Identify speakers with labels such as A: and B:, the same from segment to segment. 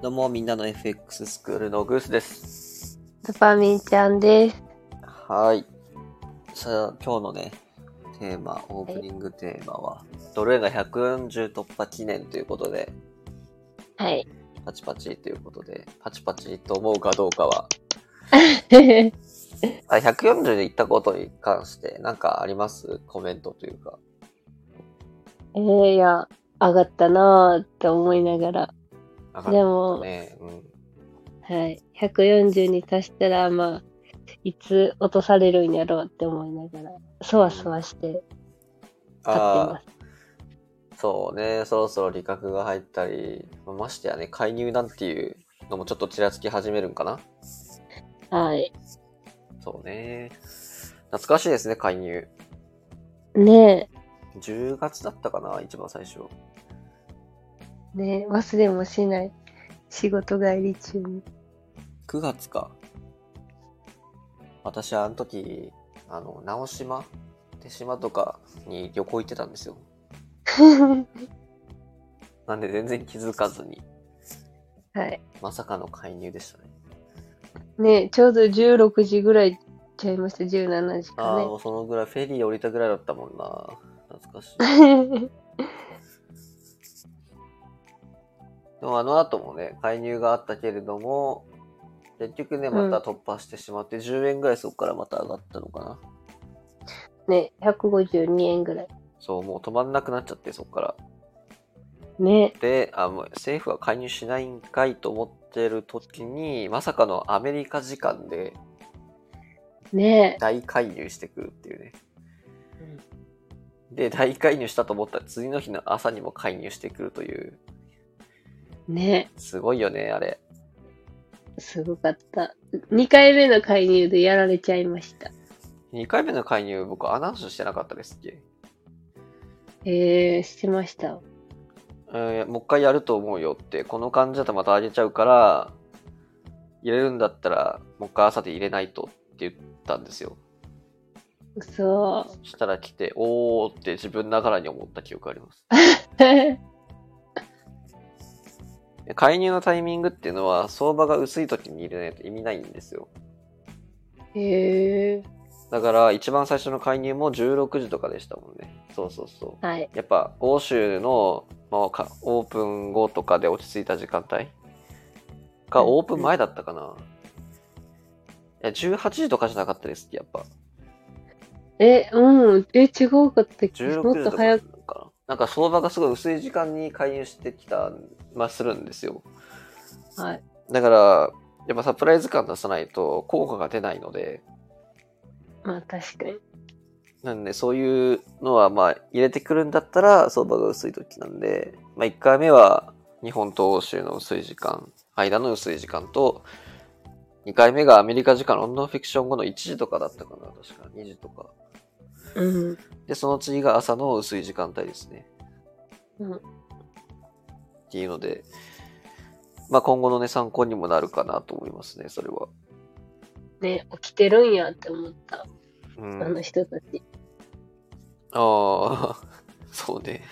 A: どうも、みんなの FX スクールのグースです。
B: パパミーちゃんです。
A: はい。さあ、今日のね、テーマ、オープニングテーマは、ドル円が140突破記念ということで、
B: はい。
A: パチパチということで、パチパチと思うかどうかは、あ140で行ったことに関して、なんかありますコメントというか。
B: えー、いや、上がったなーって思いながら。
A: なか
B: でも、
A: ね、うん。
B: はい。140に達したら、まあ、いつ落とされるんやろうって思いながら、そわそわして買って
A: あ
B: ます。
A: あ、そうね、そろそろ利確が入ったり、まあましてやね、介入なんていうのもちょっとちらつき始めるんかな
B: はい。
A: そうね。懐かしいですね、介入。
B: ね
A: 10月だったかな、一番最初。
B: え、ねえ、忘れもしない。仕事帰り中に。
A: 9月か。私はあの時、あの、直島手島とかに旅行行ってたんですよ。なんで全然気づかずに、
B: はい。
A: まさかの介入でしたね。
B: ねえ、ちょうど16時ぐらいちゃいました、17時
A: ああ、
B: か
A: もうそのぐらい、フェリー降りたぐらいだったもんな。懐かしい。
B: ね。
A: でもあの後もね、介入があったけれども、結局ね、また突破してしまって、10円ぐらいそこからまた上がったのかな。
B: ねえ、152円ぐらい。
A: そう、もう止まんなくなっちゃって、そこから。
B: ね
A: で、あ、もう政府は介入しないんかいと思ってる時に、まさかのアメリカ時間で
B: え、ね
A: 大介入してくるっていうね。
B: え。
A: で、大介入したと思ったら、次の日の朝にも介入してくるという。
B: ね
A: すごいよね、あれ。
B: え、すごかった。2回目の介入でやられちゃいました。
A: 2回目の介入、僕アナウンスしてなかったですっけ
B: えー、してました。
A: えーもう一回やると思うよって、この感じだとまた上げちゃうから、入れるんだったら、もう一回朝で入れないとって言ったんですよ。
B: そ
A: そしたら来て、おーって自分ながらに思った記憶あります。
B: う。
A: 介入のタイミングっていうのは、相場が薄い時に入れないと意味ないんですよ。
B: えー、
A: だから、一番最初の介入も16時とかでしたもんね。そうそうそう。
B: はい。
A: やっぱ欧州の、まあ、かオープン後とかで落ち着いた時間帯か
B: うん
A: オープン前だったかな、いや18時とかじゃなかったですっけやっぱ
B: え、うん、え、違うかったっけも
A: 16時とか
B: っと
A: な
B: 早
A: の
B: く。
A: かななんか相場がすごい薄い時間に介入してきたまあするんですよ
B: はい。
A: だからやっぱサプライズ感出さないと効果が出ないので
B: まあ確かに。
A: なんでそういうのはまあ入れてくるんだったら相場が薄い時なんで、まあ、1回目は日本と欧州の薄い時間間の薄い時間と2回目がアメリカ時間ロンドンフィクション後の1時とかだったかな確か2時とか
B: うん。
A: でその次が朝の薄い時間帯ですね、
B: うん
A: っていうので、まあ、今後のね参考にもなるかなと思いますねそれは、
B: ね、起きてるんやって思った。
A: うん
B: あの人たち。
A: ああ、 そうね。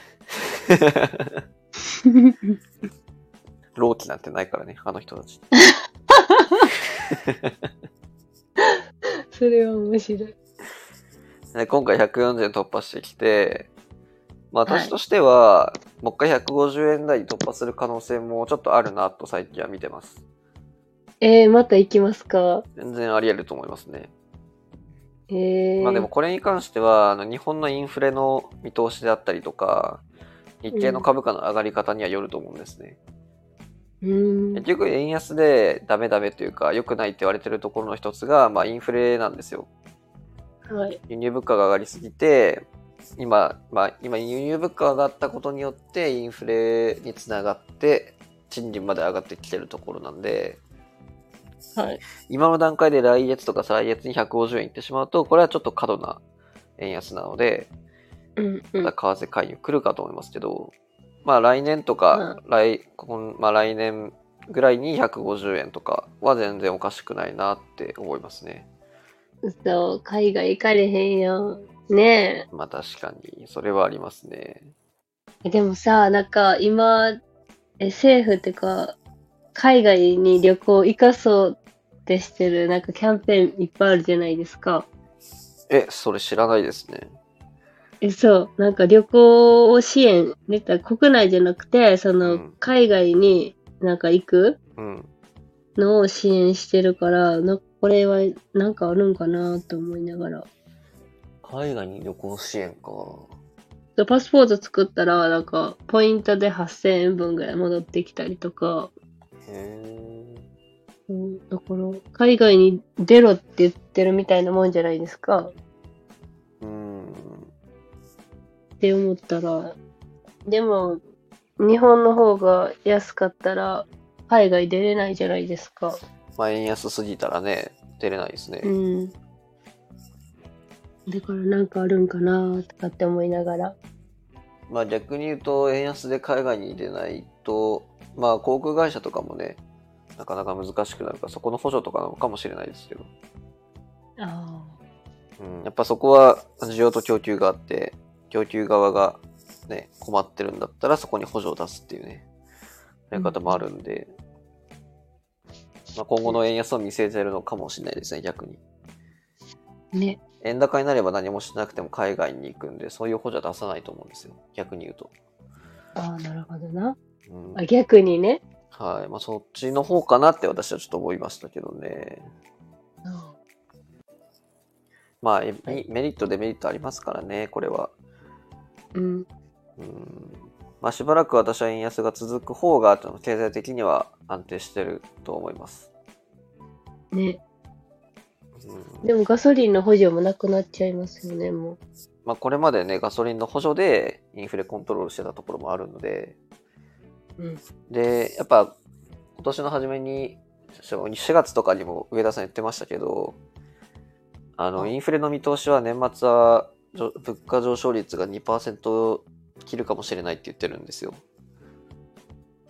A: 老期なんてないからね、あの人たち。
B: それは面白い。
A: で今回140円突破してきて、まあ、私としては、もう一回150円台に突破する可能性もちょっとあるなと最近は見てます。
B: えー、また行きますか
A: 全然あり得ると思いますね。
B: えー、
A: まあでもこれに関しては、あの日本のインフレの見通しであったりとか、日経の株価の上がり方にはよると思うんですね。
B: うん。
A: 結局円安でダメダメというか良くないって言われてるところの一つが、まあ、インフレなんですよ
B: はい。
A: 輸入物価が上がりすぎて今、まあ、今輸入物価が上がったことによってインフレにつながって賃金まで上がってきてるところなんで
B: はい。
A: 今の段階で来月とか再来月に150円いってしまうとこれはちょっと過度な円安なので
B: うん、う
A: ま
B: ん。
A: た為替介入来るかと思いますけど、まあ来年とか、来今まあ、来年ぐらいに150円とかは全然おかしくないなって思いますね。
B: そう、海外行かれへんやん。ねえ。
A: まあ確かに、それはありますね。
B: えでもさ、なんか今、え政府ってか、海外に旅行行かそうってしてる、なんかキャンペーンいっぱいあるじゃないですか。
A: え、それ知らないですね。
B: えそう、なんか旅行を支援、出た国内じゃなくて、そうの
A: ん
B: 海外になんか行く
A: うん。
B: のを支援してるから、なこれはなんかあるんかなと思いながら。
A: 海外に旅行支援か。
B: そうパスポート作ったら、なんかポイントで8000円分ぐらい戻ってきたりとか、
A: へえ。
B: うん、だから、海外に出ろって言ってるみたいなもんじゃないですか。
A: うん。
B: って思ったら、でも、日本の方が安かったら、海外出れないじゃないですか。
A: まあ、円安すぎたらね、出れないですね。
B: うん。だからなんかあるんかなとかって思いながら。
A: まあ逆に言うと、円安で海外に出ないと、まあ航空会社とかもね、なかなか難しくなるから、そこの補助とかなのかもしれないですけど、
B: あ
A: うん、やっぱそこは需要と供給があって、供給側がね、困ってるんだったら、そこに補助を出すっていうね、やり方もあるんで、まあ今後の円安を見据えてるのかもしれないですね、逆に。
B: あ。ね。
A: 円高になれば何もしなくても海外に行くんで、そういう補助は出さないと思うんですよ、逆に言うと。
B: ああ、なるほどな。
A: うん
B: あ逆にね。
A: はい。まあ、そっちの方かなって私はちょっと思いましたけどね。まあ、え
B: はい
A: メリット、デメリットありますからね、これは。
B: うん。
A: うん。まあ、しばらく私は円安が続く方が、経済的には安定してると思います。
B: ね。
A: うん、
B: でもガソリンの補助もなくなっちゃいますよね、もう。
A: まあ、これまでね、ガソリンの補助でインフレコントロールしてたところもあるので、
B: うん。
A: で、やっぱ、今年の初めに、4月とかにも上田さん言ってましたけど、あの、
B: はい
A: インフレの見通しは年末はじょ物価上昇率が2%切るかもしれないって言ってるんですよ。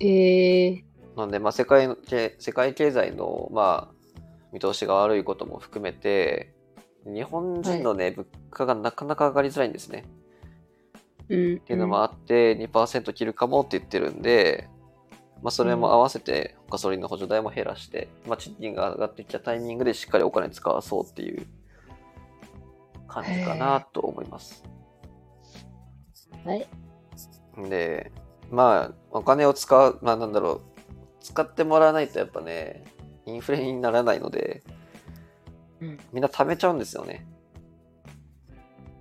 B: ええ
A: なので、まあ、世界のけ世界経済の、まあ、見通しが悪いことも含めて、日本人のね、物価がなかなか上がりづらいんですね。
B: うん。
A: っていうのもあって2%切るかもって言ってるんで、まあ、それも合わせてガソリンの補助代も減らして、まあ、賃金が上がってきたタイミングでしっかりお金使わそうっていう感じかなと思います。
B: はい。
A: でまあお金を使うまあなんだろう使ってもらわないとやっぱねインフレにならないので
B: うん
A: みんな貯めちゃうんですよね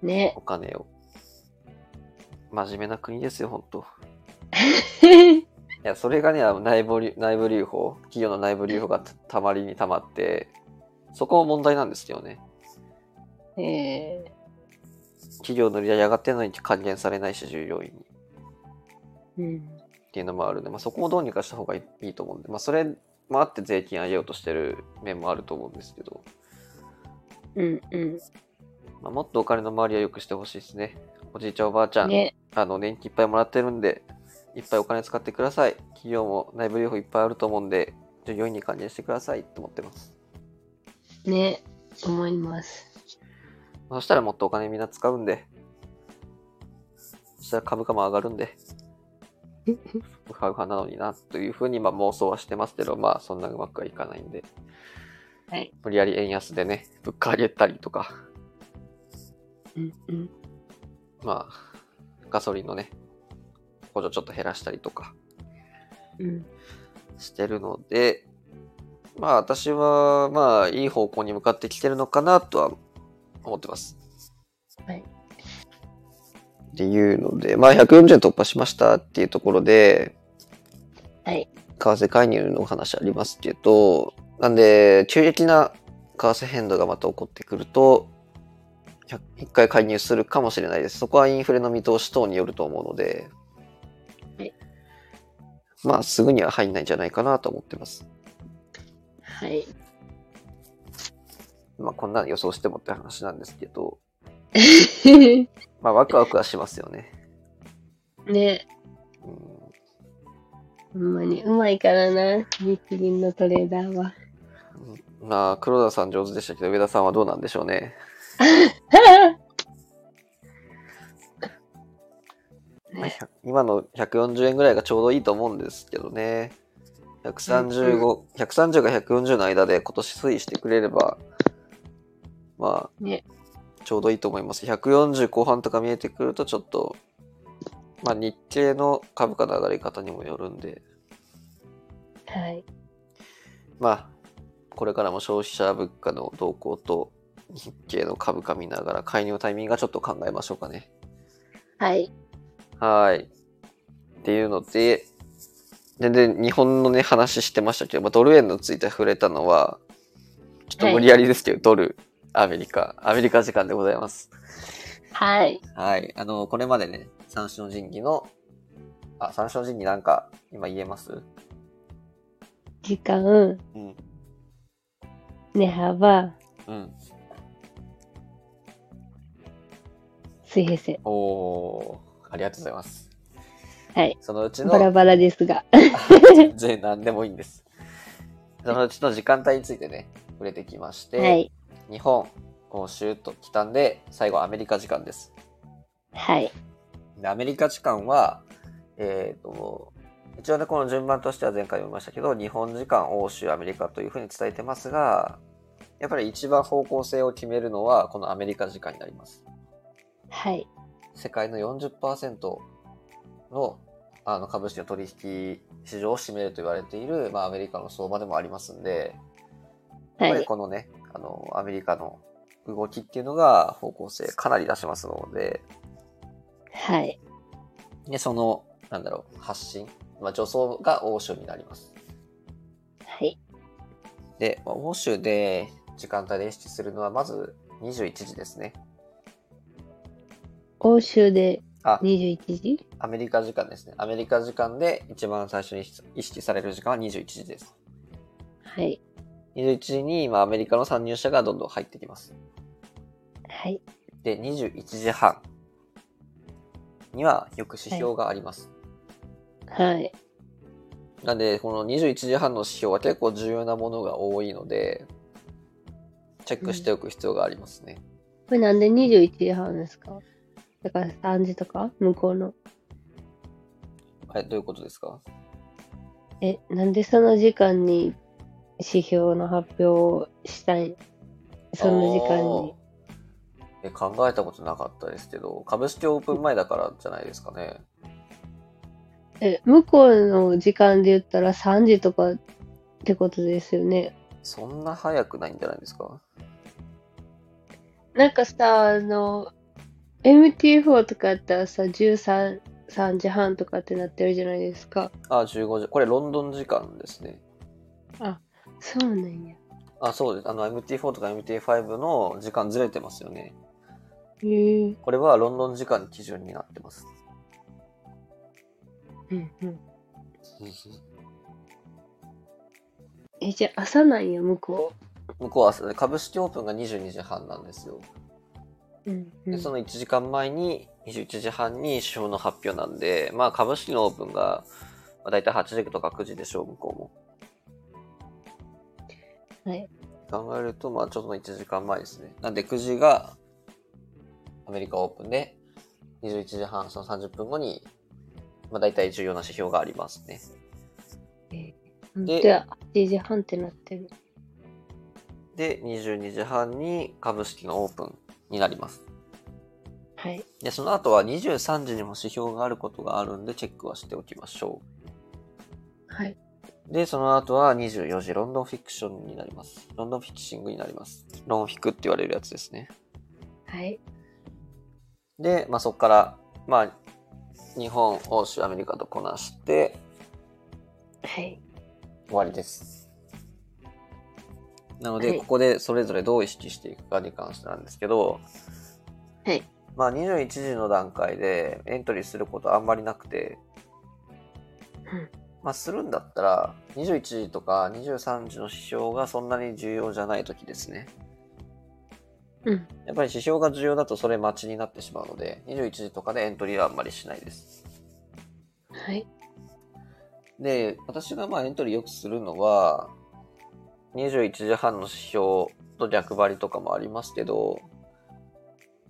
B: ね。
A: お金を。真面目な国ですよ本当。いや、それがね、あの内部留内部留保、企業の内部留保がたたまりにたまって、そこも問題なんですけどね。
B: ええ
A: 企業の売り上げ上がってるのに還元されないし、従業員に。
B: うん。
A: っていうのもあるんで、まあ、そこもどうにかした方がいいいいと思うんで、まあ、それもあって税金上げようとしてる面もあると思うんですけど、
B: うんう
A: まあ、もっとお金の周りは良くしてほしいですね。おじいちゃん、おばあちゃ
B: ん。
A: ん、
B: ね。
A: あの、年金いっぱいもらってるんで、いっぱいお金使ってください。企業も内部留保いっぱいあると思うんで、従業員に還元してくださいと思ってます。
B: ね。思います。
A: まあそしたらもっとお金みんな使うんで。そしたら株価も上がるんで。ウハウハなのにな、というふうにまあ妄想はしてますけど、まあそんなうまくはいかないんで。
B: はい。
A: 無理やり円安でね、物価上げたりとか、
B: うんうん。
A: まあ、ガソリンのね、補助ちょっと減らしたりとか
B: うん。
A: してるので、まあ私は、まあいい方向に向かってきてるのかなとは思ってます。
B: はい。
A: っていうので、まあ140円突破しましたっていうところで、
B: はい。
A: 為替介入のお話ありますけど、なんで、急激な為替変動がまた起こってくると、100一回介入するかもしれないです。そこはインフレの見通し等によると思うので、
B: はい
A: まあ、すぐには入んないんじゃないかなと思ってます。
B: はい。
A: まあ、こんなの予想してもって話なんですけど、まあ、ワクワクはしますよね。
B: ね。
A: うん
B: ほんまに。うまいからな。日銀のトレーダーは。
A: まあ、黒田さん上手でしたけど、上田さんはどうなんでしょうね。まあひゃ今の140円ぐらいがちょうどいいと思うんですけどね。 135、130が140の間で今年推移してくれれば、まあ、
B: ね
A: ちょうどいいと思います。140後半とか見えてくると、ちょっと、まあ、日経の株価の上がり方にもよるんで、
B: はい。
A: まあ、これからも消費者物価の動向と、日経の株価見ながら介入のタイミングはちょっと考えましょうかね。
B: はい。
A: はい。っていうので、全然日本のね、話してましたけど、まあ、ドル円のついて触れたのは、ちょっと無理やりですけど、ドル、アメリカ、アメリカ時間でございます。
B: はい。
A: はい。あの、これまでね、三種の神器の、あ、三種の神器なんか、今言えます
B: 時間、
A: うん。
B: 値幅、
A: うん。
B: 水平線。
A: おー、ありがとうございます。
B: はい。
A: そのうちの、
B: バラバラですが。
A: 全然何でもいいんです。そのうちの時間帯についてね、触れてきまして、
B: はい。
A: 日本、欧州と来たんで、最後アメリカ時間です。
B: はい。
A: でアメリカ時間は、えっ、と、一応ね、この順番としては前回も言いましたけど、日本時間、欧州、アメリカというふうに伝えてますが、やっぱり一番方向性を決めるのは、このアメリカ時間になります。
B: はい。
A: 世界の40%のあの株式の取引市場を占めると言われている、まあ、アメリカの相場でもありますんで、やっぱ
B: は
A: り
B: い。
A: このね、あの、アメリカの動きっていうのが方向性かなり出しますので、
B: はい。
A: で、その、なんだろう、発信、まあ、助走が欧州になります。
B: はい。
A: で、まあ、欧州で時間帯で意識するのは、まず21時ですね。
B: 欧州で
A: あ、
B: 21時
A: アメリカ時間ですね。アメリカ時間で一番最初に意識される時間は21時です。
B: はい。
A: 21時に、まあ、アメリカの参入者がどんどん入ってきます。
B: はい。
A: で、21時半にはよく指標があります。
B: はい。
A: なんで、この21時半の指標は結構重要なものが多いので、チェックしておく必要がありますね。
B: これなんで21時半ですかだから3時とか向こうの。
A: はい、どういうことですか
B: え、なんでその時間に指標の発表をしたいその時間に。
A: あーえ、考えたことなかったですけど、株式オープン前だからじゃないですかね。
B: え、向こうの時間で言ったら3時とかってことですよね。
A: そんな早くないんじゃないですか
B: なんかさ、あの、MT4 とかやったらさ、13、3時半とかってなってるじゃないですか。
A: あ、15時。これロンドン時間ですね。
B: そうなんや。
A: あ、そうです。あの、MT4 とか MT5 の時間ずれてますよね。
B: へえ
A: これはロンドン時間基準になってます。
B: うんうん。え、じゃあ朝なんや、向こ
A: 向こうは朝で株式オープンが22時半なんですよ。
B: う。うん、う
A: でその1時間前に21時半に指標の発表なんで、まあ、株式のオープンがまあ大体8時とか9時でしょう向こうも。
B: はい。
A: 考えるとまあちょっと1時間前ですね。なんで9時がアメリカオープンで21時半その30分後に、まあ、大体重要な指標がありますね。
B: ん。
A: で
B: で、8時半ってなってる。
A: で22時半に株式のオープンになります。
B: はい。
A: でその後は23時にも指標があることがあるんでチェックはしておきましょう。
B: はい。
A: で、その後は24時、ロンドンフィクションになります。ロンドンフィクシングになります。ロンフィクって言われるやつですね。
B: はい。
A: で、まあ、そこから、まあ、日本、欧州、アメリカとこなして
B: はい。
A: 終わりです。なので、
B: はい
A: ここでそれぞれどう意識していくかに関してなんですけど、
B: はい。
A: まあ、21時の段階でエントリーすることあんまりなくて、
B: うん
A: まあ、するんだったら、21時とか23時の指標がそんなに重要じゃない時ですね。
B: うん。
A: やっぱり指標が重要だとそれ待ちになってしまうので、21時とかでエントリーはあんまりしないです。
B: はい。
A: で、私がまあエントリーよくするのは、21時半の指標と逆張りとかもありますけど、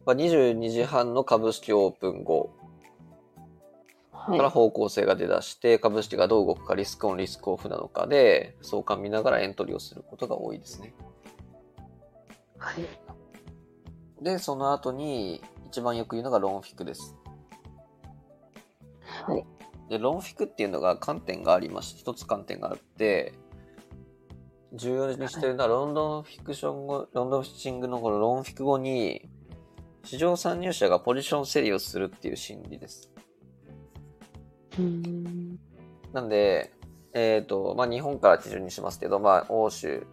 A: まあ、22時半の株式オープン後、から方向性が出だして、株式がどう動くかリスクオンリスクオフなのかで相関見ながらエントリーをすることが多いですね。
B: はい。
A: でその後に一番よく言うのがロンフィクです。
B: はい。
A: でロンフィクっていうのが観点がありまして一つ観点があって重要にしてるのはロンドンフィクション語ロンドンフィッチングのこのロンフィク後に市場参入者がポジション整理をするっていう心理です。
B: うーん。
A: なんで、えっ、と、まあ、日本から基準にしますけど、まあ、欧州、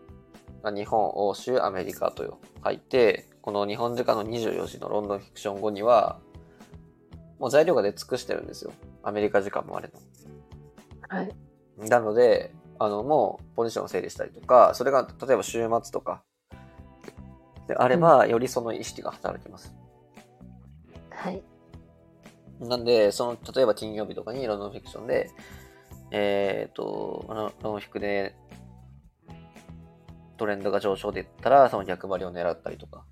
A: まあ、日本、欧州、アメリカと書いて、この日本時間の24時のロンドンフィクション後には、もう材料が出尽くしてるんですよ。アメリカ時間もあれの。
B: はい。
A: なので、あの、もうポジションを整理したりとか、それが例えば週末とか、であれば、よりその意識が働きます。
B: はい。
A: なんで、その、例えば金曜日とかにロンドンフィクションで、えっ、と、ロロンフィクで、トレンドが上昇でいったら、その逆張りを狙ったりとか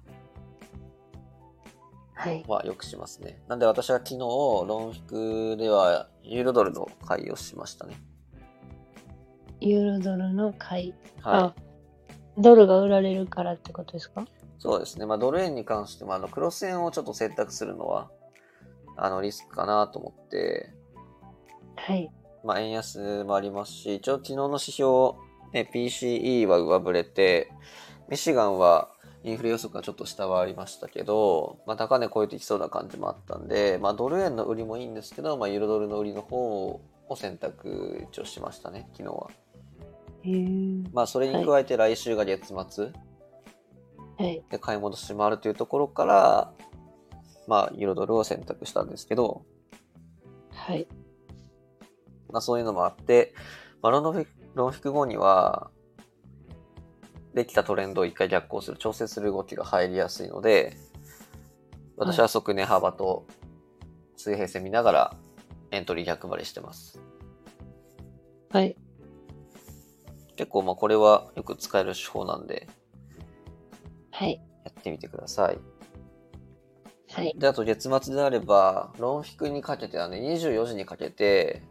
B: はい。
A: はよくしますね。なんで私は昨日、ロンフィクでは、ユーロドルの買いをしましたね。
B: ユーロドルの買い。
A: は
B: あ、ドルが売られるからってことですか
A: い。そうですね。まあ、ドル円に関しても、あの、クロス円をちょっと選択するのは、あの、リスクかなと思って、
B: はい。
A: まあ、円安もありますし、一応昨日の指標、ね、PCE は上振れて、ミシガンはインフレ予測がちょっと下はありましたけど、まあ、高値超えてきそうな感じもあったんで、まあ、ドル円の売りもいいんですけど、まあ、ユーロドルの売りの方を選択一応しましたね、昨日は。
B: へー
A: まあ、それに加えて来週が月末
B: はい。
A: で買い戻しもあるというところから、まあ、ユーロドルを選択したんですけど、
B: はい。
A: まあ、そういうのもあって、まあ、ロンドフィロンフィク後には、できたトレンドを一回逆行する、調整する動きが入りやすいので、私は即値幅と水平線見ながらエントリー逆張りしてます。
B: はい。
A: 結構まあこれはよく使える手法なんで、
B: はい。
A: やってみてください。
B: はい。
A: で、あと月末であれば、ロンフィクにかけてはね、24時にかけて、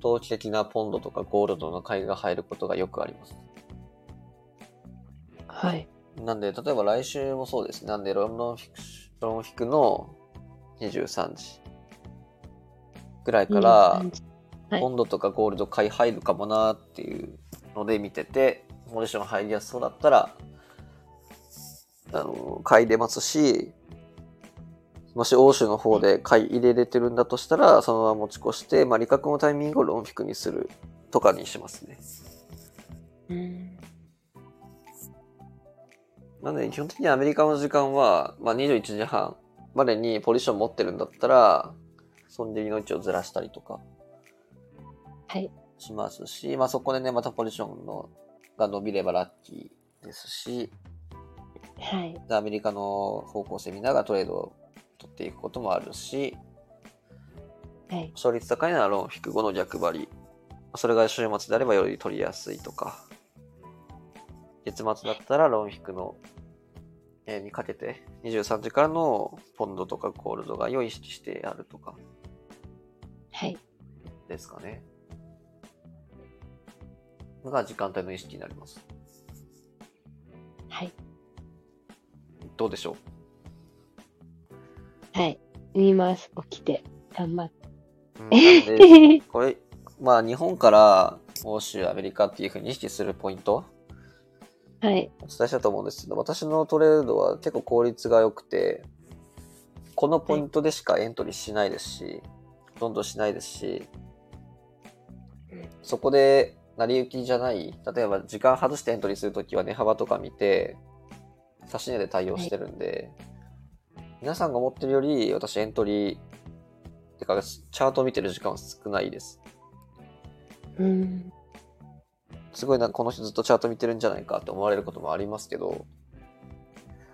A: 投機的なポンドとかゴールドの買いが入ることがよくあります。
B: はい。
A: なんで、例えば来週もそうですね。なんで、ロンドンフィクシロンフィクの23時ぐらいから、
B: はい
A: ポンドとかゴールド買い入るかもなーっていうので見てて、ポジション入りやすそうだったら、あの、買い入れますし、もし欧州の方で買い入れれてるんだとしたら、そのまま持ち越して、まあ、利確のタイミングをロンフィクにするとかにしますね。
B: うん
A: なので、基本的にアメリカの時間は、まあ、21時半までにポジション持ってるんだったら、損切りの位置をずらしたりとか
B: はい。
A: しますし、まあ、そこでね、またポジションのが伸びればラッキーですし、
B: はい。
A: でアメリカの方向性見ながらトレードを取っていくこともあるし、
B: はい。
A: 勝率高いならローン引く後の逆張り、それが週末であればより取りやすいとか、月末だったらローン引くの、えーにかけて、23時からのポンドとかゴールドが良い意識してあるとか
B: はい。
A: ですかね。のが時間帯の意識になります。
B: はい。
A: どうでしょ
B: はい。見ます。起きて。頑張っ
A: う、うん、なんで
B: て。
A: これ、まあ日本から欧州、アメリカっていうふうに意識するポイント
B: はい。
A: お伝えしたと思うんですけど、私のトレードは結構効率が良くて、このポイントでしかエントリーしないですし、どんどんしないですし
B: うん、
A: そこで成り行きじゃない、例えば時間外してエントリーするときは値幅とか見て、差し値で対応してるんで、皆さんが思ってるより私エントリー、てかチャートを見てる時間は少ないです。
B: うん。
A: すごいな、この人ずっとチャート見てるんじゃないかって思われることもありますけど、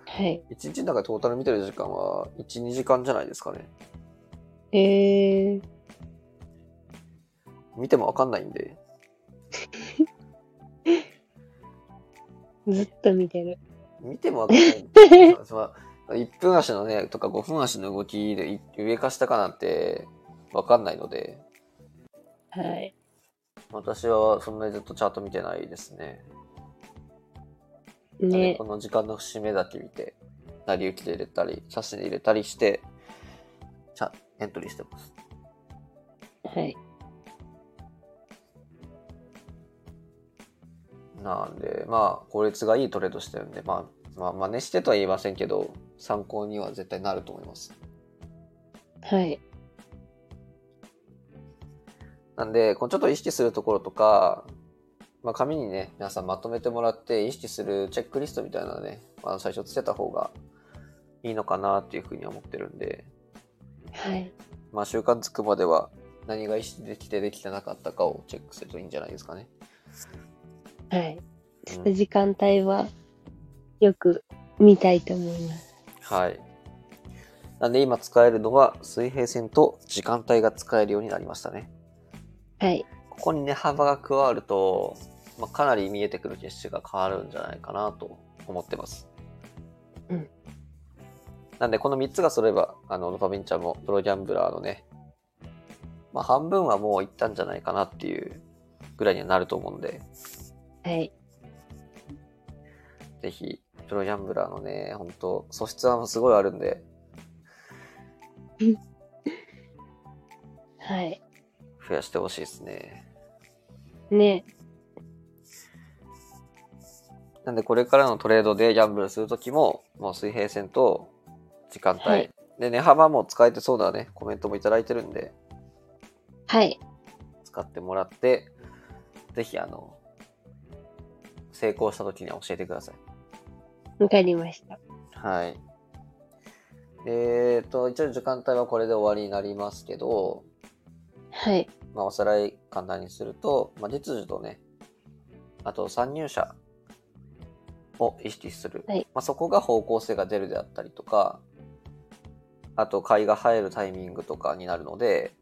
B: はい。
A: 一日の中でトータル見てる時間は12時間じゃないですかね
B: えー。
A: 見ても分かんないんで
B: ずっと見てる。
A: 見ても分かんないんでその1分足のねとか5分足の動きでい上か下かなんてわかんないので、
B: はい。
A: 私はそんなにずっとチャート見てないですね。なので
B: ね
A: こ。の時間の節目だけ見て、成り行きで入れたり、冊子に入れたりして、チャエントリーしてます。
B: はい。
A: なんで、まあ、効率がいいトレードしてるんで、まあ、まあ、真似してとは言いませんけど、参考には絶対なると思います。
B: はい。
A: なんで、こうちょっと意識するところとか、まあ、紙にね、皆さんまとめてもらって、意識するチェックリストみたいなのね、あの最初つけた方がいいのかなっていうふうには思ってるんで、
B: はい。
A: まあ、習慣つくまでは、何が意識できてできてなかったかをチェックするといいんじゃないですかね。
B: はい。
A: うん
B: 時間帯はよく見たいと思います。
A: はい。なんで今使えるのは水平線と時間帯が使えるようになりましたね。
B: はい。
A: ここにね、幅が加わると、まあ、かなり見えてくる景色が変わるんじゃないかなと思ってます。
B: うん
A: なんで、この3つが揃えば、あの、ドパビンちゃんもプロギャンブラーのね、まあ、半分はもういったんじゃないかなっていうぐらいにはなると思うんで、
B: はい。
A: ぜひ、プロギャンブラーのね、本当素質はもうすごいあるんで、
B: はい。
A: 増やしてほしいですね。
B: ね。
A: なんでこれからのトレードでギャンブルするときも、もう水平線と時間帯、
B: はい
A: で値幅も使えてそうだね、コメントもいただいてるんで、
B: はい。
A: 使ってもらって、ぜひあの、成功したときには教えてください。
B: わかりました。
A: はい。えっと、一応時間帯はこれで終わりになりますけど、
B: はい。
A: まあ、おさらい簡単にすると、まあ、実需とね、あと参入者を意識する。
B: はい
A: まあ、そこが方向性が出るであったりとか、あと買いが入るタイミングとかになるので、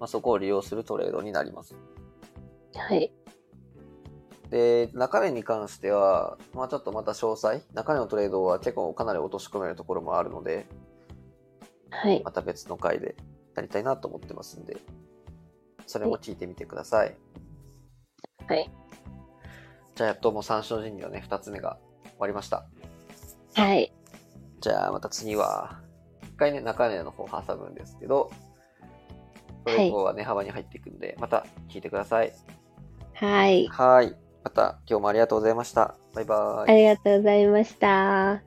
A: まあ、そこを利用するトレードになります。
B: はい。
A: で、中身に関しては、まあ、ちょっとまた詳細、中身のトレードは結構かなり落とし込めるところもあるので、
B: はい。
A: また別の回でやりたいなと思ってますんで、それも聞いてみてください。
B: はい。
A: じゃあやっともう参照人のね、二つ目が終わりました。
B: はい。
A: じゃあまた次は、一回ね、中根の方挟むんですけど、それ以降はね、幅に入っていくんで、また聞いてください。
B: はい。
A: はい。また今日もありがとうございました。バイバーイ
B: あ。りがとうございました。